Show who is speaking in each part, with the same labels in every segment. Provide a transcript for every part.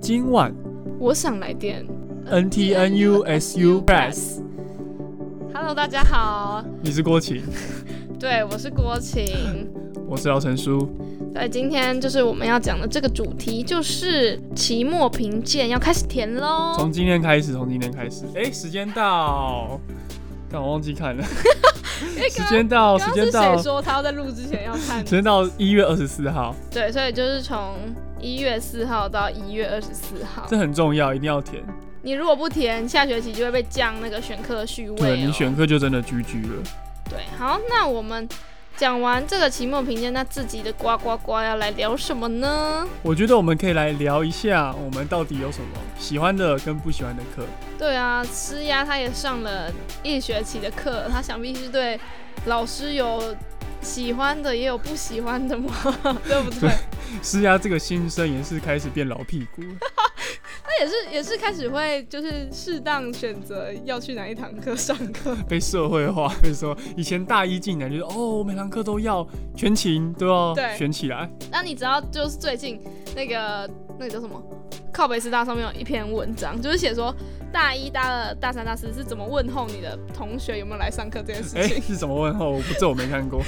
Speaker 1: 今晚
Speaker 2: 我想来电。
Speaker 1: NTNUSU Press，
Speaker 2: Hello，大家好，
Speaker 1: 你是郭琴，
Speaker 2: 对我是郭晴。
Speaker 1: 我是姚晨书。
Speaker 2: 对，今天就是我们要讲的这个主题，就是期末评鉴要开始填喽。
Speaker 1: 从今天开始，从今天开始，哎、时间到，但我忘记看了。时间到，时
Speaker 2: 刚刚
Speaker 1: 间
Speaker 2: 是
Speaker 1: 到，
Speaker 2: 谁
Speaker 1: 时
Speaker 2: 说他要在录之前要看？
Speaker 1: 间到一月二十四号，
Speaker 2: 对，所以就是从一月四号到一月二十四号，
Speaker 1: 这很重要，一定要填。
Speaker 2: 你如果不填，下学期就会被降那个选课序位、哦。
Speaker 1: 对你选课就真的 GG 了。
Speaker 2: 对，好，那我们讲完这个期末评鉴，那自己的呱呱呱要来聊什么呢？
Speaker 1: 我觉得我们可以来聊一下，我们到底有什么喜欢的跟不喜欢的课。
Speaker 2: 对啊，施压他也上了一学期的课，他想必是对老师有喜欢的，也有不喜欢的嘛， 对不对？
Speaker 1: 施压这个新生也是开始变老屁股了，
Speaker 2: 他也是也是开始会就是适当选择要去哪一堂课上课，
Speaker 1: 被社会化。被说以前大一进来就是哦，每堂课都要全勤都要
Speaker 2: 对
Speaker 1: 选起来，
Speaker 2: 那你只要就是最近那个那个叫什么？靠北师大上面有一篇文章，就是写说大一、大二、大三、大四是怎么问候你的同学有没有来上课这件事
Speaker 1: 哎、
Speaker 2: 情。
Speaker 1: 是怎么问候？我不，这我没看 过。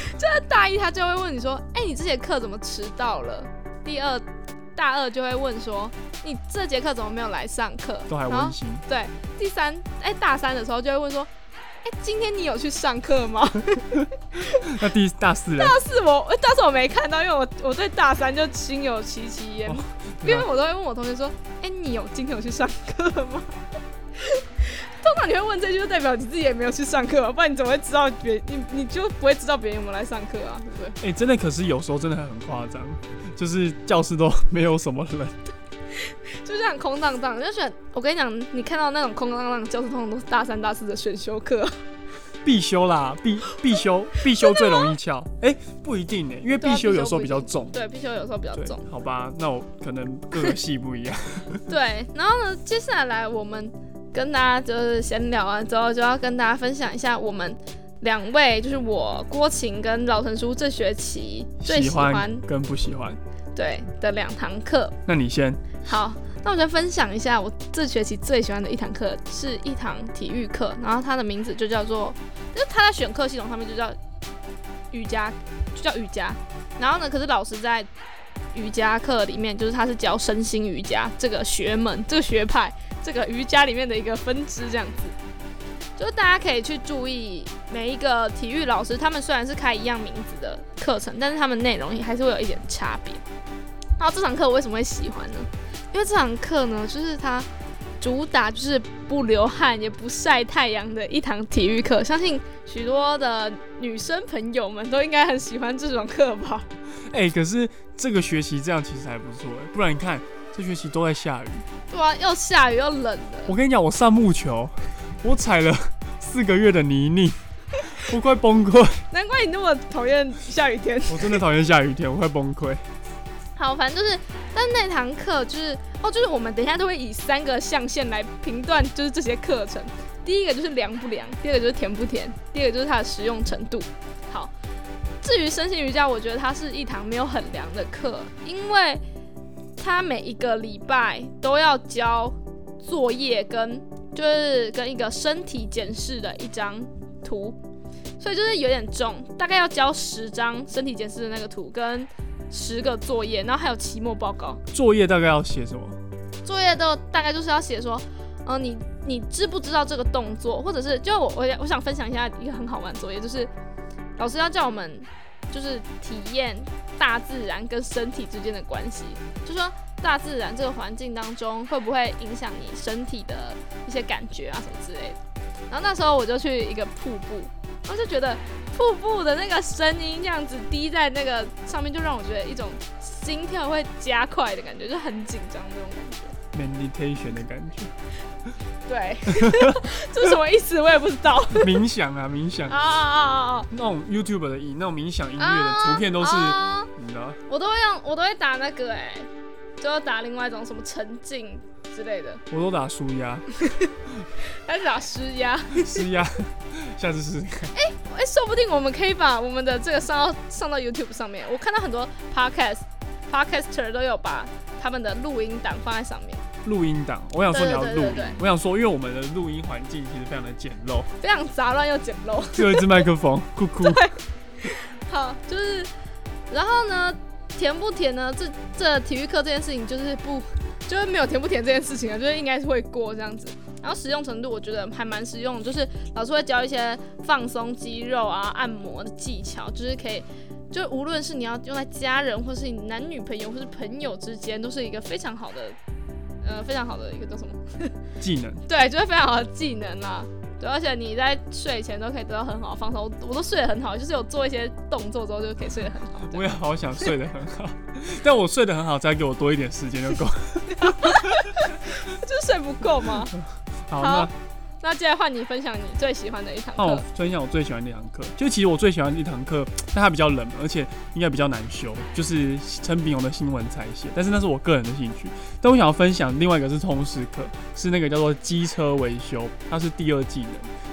Speaker 2: 大一他就会问你说：“哎、你这节课怎么迟到了？”第二，大二就会问说：“你这节课怎么没有来上课？”
Speaker 1: 都还
Speaker 2: 然
Speaker 1: 温
Speaker 2: 后
Speaker 1: 馨。
Speaker 2: 对，第三，哎、大三的时候就会问说：“哎、今天你有去上课吗
Speaker 1: 那第大四人，？”
Speaker 2: 是我，呃但是我没看到，因为我我对大三就心有戚戚焉，
Speaker 1: 哦
Speaker 2: 因为我都会问我同学说：“哎、你有今天有去上课吗？” 通常你会问这句，就代表你自己也没有去上课嘛，不然你怎么会知道别你你就不会知道别人有没有来上课啊，对不对？
Speaker 1: 哎、真的，可是有时候真的很夸张，就是教室都没有什么人，
Speaker 2: 就这样空荡荡，就选我跟你讲，你看到那种空荡荡的教室，通常都是大三、大四的选修课。
Speaker 1: 必修啦，必必 修，必修最容易翘。哎、不一定呢、因为
Speaker 2: 对啊
Speaker 1: 必修
Speaker 2: 必修
Speaker 1: 有时候
Speaker 2: 不一
Speaker 1: 比较
Speaker 2: 定
Speaker 1: 重。
Speaker 2: 对，必修有时候比较
Speaker 1: 对
Speaker 2: 重。，
Speaker 1: 好吧，那我可能各个系不一样。
Speaker 2: 对，然后呢，接下来我们跟大家就是闲聊啊完之后，就要跟大家分享一下我们两位，就是我郭晴跟老陈叔这学期 最喜欢
Speaker 1: 跟不喜欢。
Speaker 2: 对的两堂课。
Speaker 1: 那你先，
Speaker 2: 好，那我就分享一下我这学期最喜欢的一堂课，是一堂体育课，然后它的名字就叫做，就是它在选课系统上面就叫瑜伽，就叫瑜伽。然后呢，可是老师在瑜伽课里面，就是他是教身心瑜伽这个学门、这个学派、这个瑜伽里面的一个分支这样子。就是大家可以去注意每一个体育老师，他们虽然是开一样名字的课程，但是他们内容也还是会有一点差别。然后这堂课我为什么会喜欢呢？因为这堂课呢，就是它主打就是不流汗也不晒太阳的一堂体育课，相信许多的女生朋友们都应该很喜欢这种课吧？
Speaker 1: 哎、可是这个学期这样其实还不错、欸，不然你看这学期都在下雨。
Speaker 2: 对啊，又下雨又冷的，
Speaker 1: 我跟你讲，我上木球，我踩了四个月的泥泞，我快崩溃，
Speaker 2: 难怪你那么讨厌下雨天。
Speaker 1: 我真的讨厌下雨天，我快崩溃。
Speaker 2: 好，反正就是，但那堂课就是，哦，就是我们等一下都会以三个象限来评断，就是这些课程。第一个就是凉不凉，第二个就是甜不甜，第二个就是它的实用程度。好，至于身心瑜伽，我觉得它是一堂没有很凉的课，因为它每一个礼拜都要交作业跟就是跟一个身体检视的一张图，所以就是有点重，大概要交十张身体检视的那个图跟十个作业，然后还有期末报告。
Speaker 1: 作业大概要写什么？
Speaker 2: 作业都大概就是要写说，嗯、你你知不知道这个动作，或者是就我我我想分享一下一个很好玩的作业，就是老师要叫我们就是体验大自然跟身体之间的关系，就说大自然这个环境当中会不会影响你身体的一些感觉啊什么之类的。然后那时候我就去一个瀑布，然后就觉得瀑布的那个声音这样子滴在那个上面，就让我觉得一种心跳会加快的感觉，就很紧张这种感觉。
Speaker 1: meditation 的感觉，
Speaker 2: 对， 这什么意思我也不知道。
Speaker 1: 冥想啊，冥想
Speaker 2: 啊，啊啊啊！
Speaker 1: 那种 YouTube 的影，那种冥想音乐
Speaker 2: 啊
Speaker 1: 的图片都是，
Speaker 2: 啊
Speaker 1: 你知道，
Speaker 2: 我都会用，我都会打那个哎、就要打另外一种什么沉静之类的，
Speaker 1: 我都打舒压、
Speaker 2: 还是打施压。
Speaker 1: 施压，下次试试看。
Speaker 2: 哎、说不定我们可以把我们的这个上到上到 YouTube 上面。我看到很多 podcast podcaster 都有把他们的录音档放在上面，
Speaker 1: 录音档，我想说你要
Speaker 2: 对对
Speaker 1: 录
Speaker 2: 对对
Speaker 1: 音
Speaker 2: 对对，
Speaker 1: 我想说，因为我们的录音环境其实非常的简陋，
Speaker 2: 非常杂乱又简陋。
Speaker 1: 只有一支麦克风，酷酷。
Speaker 2: 好，就是，然后呢，甜不甜呢？这这体育课这件事情就是不，就是没有甜不甜这件事情啊，就是应该是会过这样子。然后实用程度，我觉得还蛮实用的，就是老师会教一些放松肌肉啊、按摩的技巧，就是可以，就无论是你要用在家人，或是你男女朋友，或是朋友之间，都是一个非常好的，呃，非常好的一个叫什么？
Speaker 1: 技能，
Speaker 2: 对，就是非常好的技能啦。对，而且你在睡前都可以得到很好的放松。我都睡得很好，就是有做一些动作之后就可以睡得很好。
Speaker 1: 我也好想睡得很好，但我睡得很好，只要给我多一点时间就够。
Speaker 2: 就是睡不够吗？
Speaker 1: 好，
Speaker 2: 好
Speaker 1: 那
Speaker 2: 那接下来换你分享你最喜欢的一堂
Speaker 1: 那我
Speaker 2: 课。
Speaker 1: 分享我最喜欢的一堂课，就其实我最喜欢的一堂课，但它比较冷，而且应该比较难修，就是陈炳勇的新闻采写，但是那是我个人的兴趣。但我想要分享另外一个是通识课，是那个叫做机车维修，它是第二技能，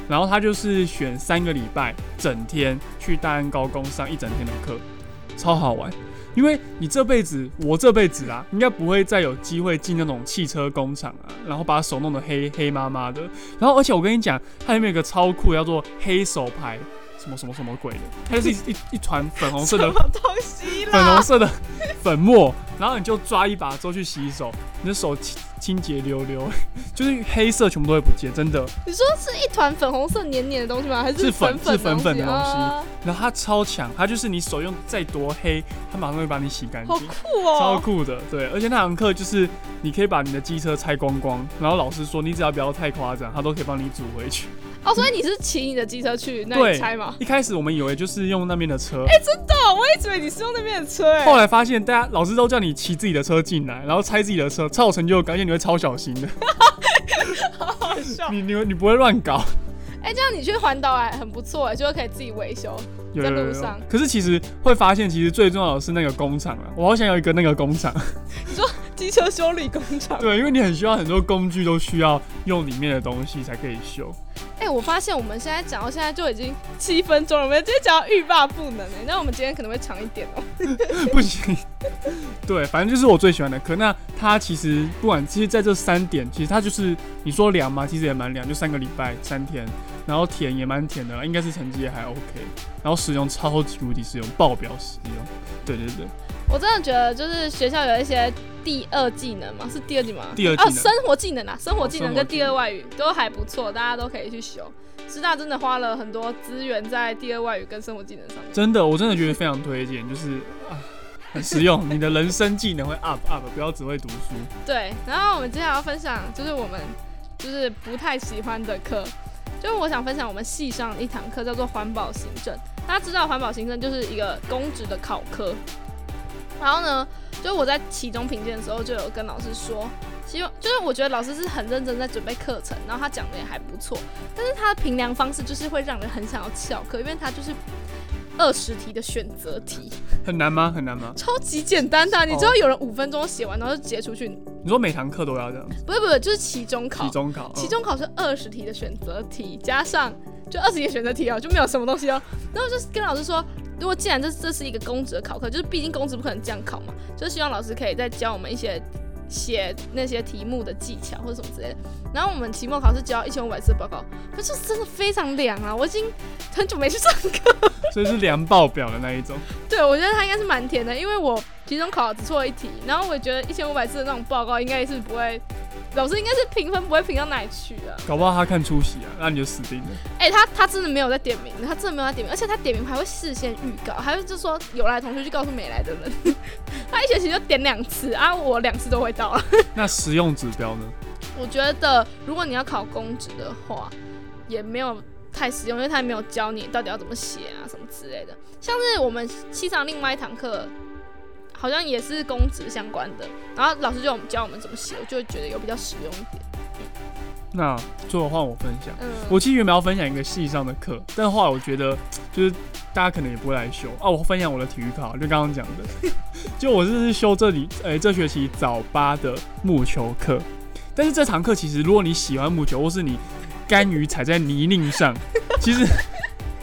Speaker 1: 然后它就是选三个礼拜，整天去大安高工上一整天的课，超好玩。因为你这辈子，我这辈子啊，应该不会再有机会进那种汽车工厂啊，然后把手弄得黑黑麻麻的。然后，而且我跟你讲，它里面有个超酷的，叫做黑手牌，什么什么什么鬼的，它就是一一一团粉红色的
Speaker 2: 什么东西
Speaker 1: 粉红
Speaker 2: 啦？
Speaker 1: 色的粉末，然后你就抓一把之后去洗手，你的手清清洁溜溜，就是黑色全部都会不见，真的。
Speaker 2: 你说是一团粉红色黏黏的东西吗？还
Speaker 1: 是
Speaker 2: 粉
Speaker 1: 粉
Speaker 2: 粉
Speaker 1: 是粉粉的东西
Speaker 2: 啊
Speaker 1: 然后它超强，它就是你手用再多黑，它马上会把你洗干
Speaker 2: 好
Speaker 1: 净。
Speaker 2: 酷
Speaker 1: 超
Speaker 2: 哦！
Speaker 1: 酷的，对，而且那堂课就是你可以把你的机车拆光光，然后老师说你只要不要太夸张，他都可以帮你组回去。
Speaker 2: 哦，所以你是骑你的机车去那
Speaker 1: 对
Speaker 2: 里 拆吗？
Speaker 1: 一开始我们以为就是用那边的车，
Speaker 2: 哦，我一直以为你是用那边的车欸。
Speaker 1: 后来发现大家老师都叫你骑自己的车进来，然后拆自己的车，超有成就感，而且你会超小心 的，
Speaker 2: 好好笑。
Speaker 1: 你你你不会乱搞。
Speaker 2: 哎，这样你去环岛哎，很不错哎，就是可以自己维修。
Speaker 1: 有
Speaker 2: 在
Speaker 1: 有有
Speaker 2: 路
Speaker 1: 有
Speaker 2: 上
Speaker 1: 可是其实会发现，其实最重要的是那个工厂啊，我好想有一个那个工厂。
Speaker 2: 机车修理工厂。
Speaker 1: 对，因为你很需要很多工具，都需要用里面的东西才可以修。
Speaker 2: 哎、我发现我们现在讲到现在就已经七分钟了，我们今天讲到欲罢不能哎、那我们今天可能会长一点哦、
Speaker 1: 不行。 对，反正就是我最喜欢的课。那它其实不管，其实在这三点，其实它就是你说凉嘛，其实也蛮凉，就三个礼拜三天，然后甜也蛮甜的啦，应该是成绩也还 OK，然后使用超级无敌实用，爆表实用。对对对，
Speaker 2: 我真的觉得就是学校有一些第二技能嘛，是第二技能吗？
Speaker 1: 第二技
Speaker 2: 哦，
Speaker 1: 能
Speaker 2: 生活技能啊，生活技能
Speaker 1: 哦生活技能
Speaker 2: 跟第二外语都还不错，大家都可以去修。师大真的花了很多资源在第二外语跟生活技能上面。
Speaker 1: 真的，我真的觉得非常推荐，就是啊，很实用，你的人生技能会 up up，不要只会读书。
Speaker 2: 对，然后我们接下来要分享就是我们就是不太喜欢的课，就是我想分享我们系上一堂课叫做环保行政。大家知道环保行政就是一个公职的考科，然后呢，就我在期中评鉴的时候就有跟老师说，希望就是我觉得老师是很认真在准备课程，然后他讲的也还不错，但是他的评量方式就是会让人很想要翘课，因为他就是二十题的选择题，
Speaker 1: 很难吗？很难吗？
Speaker 2: 超级简单的啊、你
Speaker 1: 哦
Speaker 2: 知道有人五分钟写完然后就直接出去，
Speaker 1: 你说每堂课都要这样，
Speaker 2: 不是不是，就是期中考
Speaker 1: 期，中嗯考，
Speaker 2: 期中考是二十题的选择题，加上就二十题的选择题哦，就没有什么东西哦。 然后就是跟老师说，如果既然这这是一个公职的考科，就是毕竟公职不可能这样考嘛，就是希望老师可以再教我们一些写那些题目的技巧或者什么之类的。然后我们期末考试交一千五百字的报告，可是真的非常凉啊！我已经很久没去上课，
Speaker 1: 嗯所以是凉爆表的那一种。
Speaker 2: 对我觉得它应该是蛮甜的，因为我期中考只错了一题，然后我也觉得一千五百字的那种报告应该是不会，老师应该是评分不会评到哪里去啊。
Speaker 1: 搞不好他看出席啊，那你就死定了。
Speaker 2: 哎、他他真的没有在点名，他真的没有在点名，而且他点名还会事先预告，还会就说有来的同学去告诉没来的人。 他一学期就点两次啊，我两次都会到了。啊
Speaker 1: 那实用指标呢？
Speaker 2: 我觉得如果你要考公职的话，也没有太实用，因为他也没有教你到底要怎么写啊什么之类的。像是我们系上另外一堂课，好像也是公职相关的，然后老师就有教我们怎么写，我就会觉得有比较实用一点。
Speaker 1: 那最后换我分享。
Speaker 2: 嗯，
Speaker 1: 我其实原本要分享一个系上的课，但后来我觉得就是大家可能也不会来修啊。我分享我的体育课好了，就刚刚讲的， 就我是修这里，诶、这学期早八的木球课。但是这堂课其实，如果你喜欢木球，或是你甘于踩在泥泞上，其实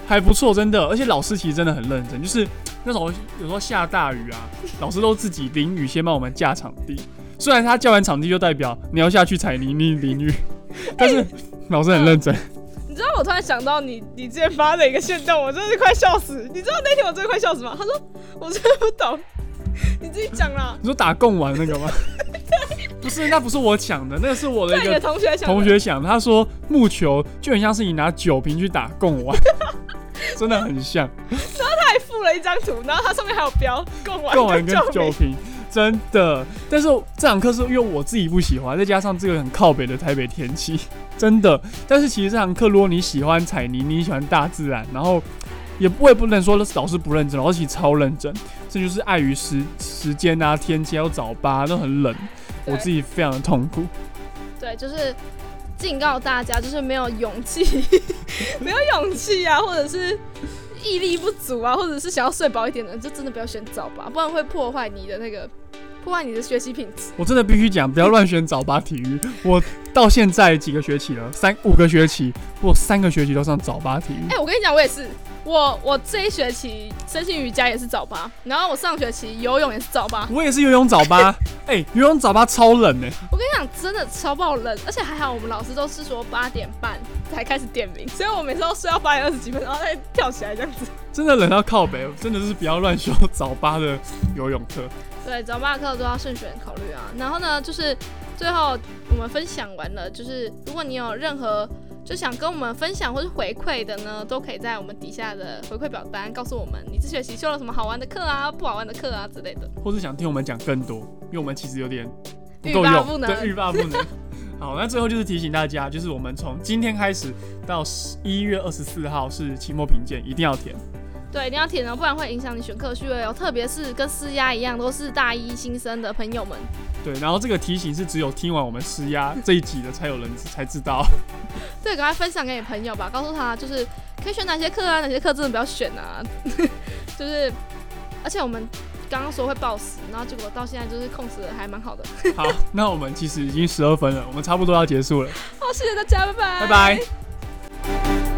Speaker 1: 还不错，真的。而且老师其实真的很认真，就是那种有时候下大雨啊，老师都自己淋雨先帮我们架场地。虽然他叫完场地就代表你要下去踩泥泞淋雨，但是老师很认真。
Speaker 2: 你知道我突然想到你，你之前发的一个线动，我真的是快笑死。你知道那天我真的快笑死吗？他说我真的不懂，你自己讲 啦。
Speaker 1: 你说打贡丸那个 吗？不是，那不是我想的，那个是我的
Speaker 2: 对
Speaker 1: 一
Speaker 2: 你的
Speaker 1: 个
Speaker 2: 同学想，
Speaker 1: 同学想的。他说木球就很像是你拿酒瓶去打贡 丸，真的很像
Speaker 2: 还附了一张图，然后它上面还有标贡丸
Speaker 1: 贡丸跟
Speaker 2: 救
Speaker 1: 酒
Speaker 2: 命
Speaker 1: 瓶，真的。但是这堂课是因为我自己不喜欢，再加上这个很靠北的台北天气，真的。但是其实这堂课，如果你喜欢彩泥，你喜欢大自然，然后也我也不能说老师不认真，老师其实超认真，这就是碍于时时间啊、天气还有早八、都很冷，我
Speaker 2: 对
Speaker 1: 自己非常的痛苦。
Speaker 2: 对，就是警告大家，就是没有勇气，没有勇气啊，或者是毅力不足啊，或者是想要睡饱一点的，就真的不要选早八，不然会破坏你的那个破坏你的学习品质。
Speaker 1: 我真的必须讲，不要乱选早八体育。 我到现在几个学期了，三五个学期，我三个学期都上早八体育
Speaker 2: 哎、。我跟你讲，我也是，我我这一学期身心瑜伽也是早八，然后我上学期游泳也是早八。
Speaker 1: 我也是游泳早八， 哎、游泳早八超冷哎、
Speaker 2: 我跟你讲，真的超爆冷，而且还好我们老师都是说八点半才开始点名，所以我每次都睡到八点二十几分，然后再跳起来这样子。
Speaker 1: 真的冷到靠北，真的是不要乱修早八的游泳课。
Speaker 2: 对，早八课都要慎选考虑啊。然后呢，就是最后我们分享完了，就是如果你有任何就想跟我们分享或是回馈的呢，都可以在我们底下的回馈表单告诉我们，你这学期修了什么好玩的课啊、不好玩的课啊之类的。
Speaker 1: 或是想听我们讲更多，因为我们其实有点不
Speaker 2: 欲
Speaker 1: 够
Speaker 2: 罢
Speaker 1: 用，
Speaker 2: 不能
Speaker 1: 对，欲罢不 能。好，那最后就是提醒大家，就是我们从今天开始到一月二十四号是期末评鉴，一定要填。
Speaker 2: 对，一定要填哦，不然会影响你选课序位哦。特别是跟思丫一样都是大一新生的朋友们，
Speaker 1: 对，然后这个提醒是只有听完我们施压这一集的才有人知才知道。
Speaker 2: 对，赶快分享给你朋友吧，告诉他就是可以选哪些课啊，哪些课真的不要选啊。 就是，而且我们刚刚说会暴食，然后结果到现在就是控制的还蛮好的。
Speaker 1: 好，那我们其实已经十二分了，我们差不多要结束了，
Speaker 2: 好，谢谢大家，拜拜，
Speaker 1: 拜拜。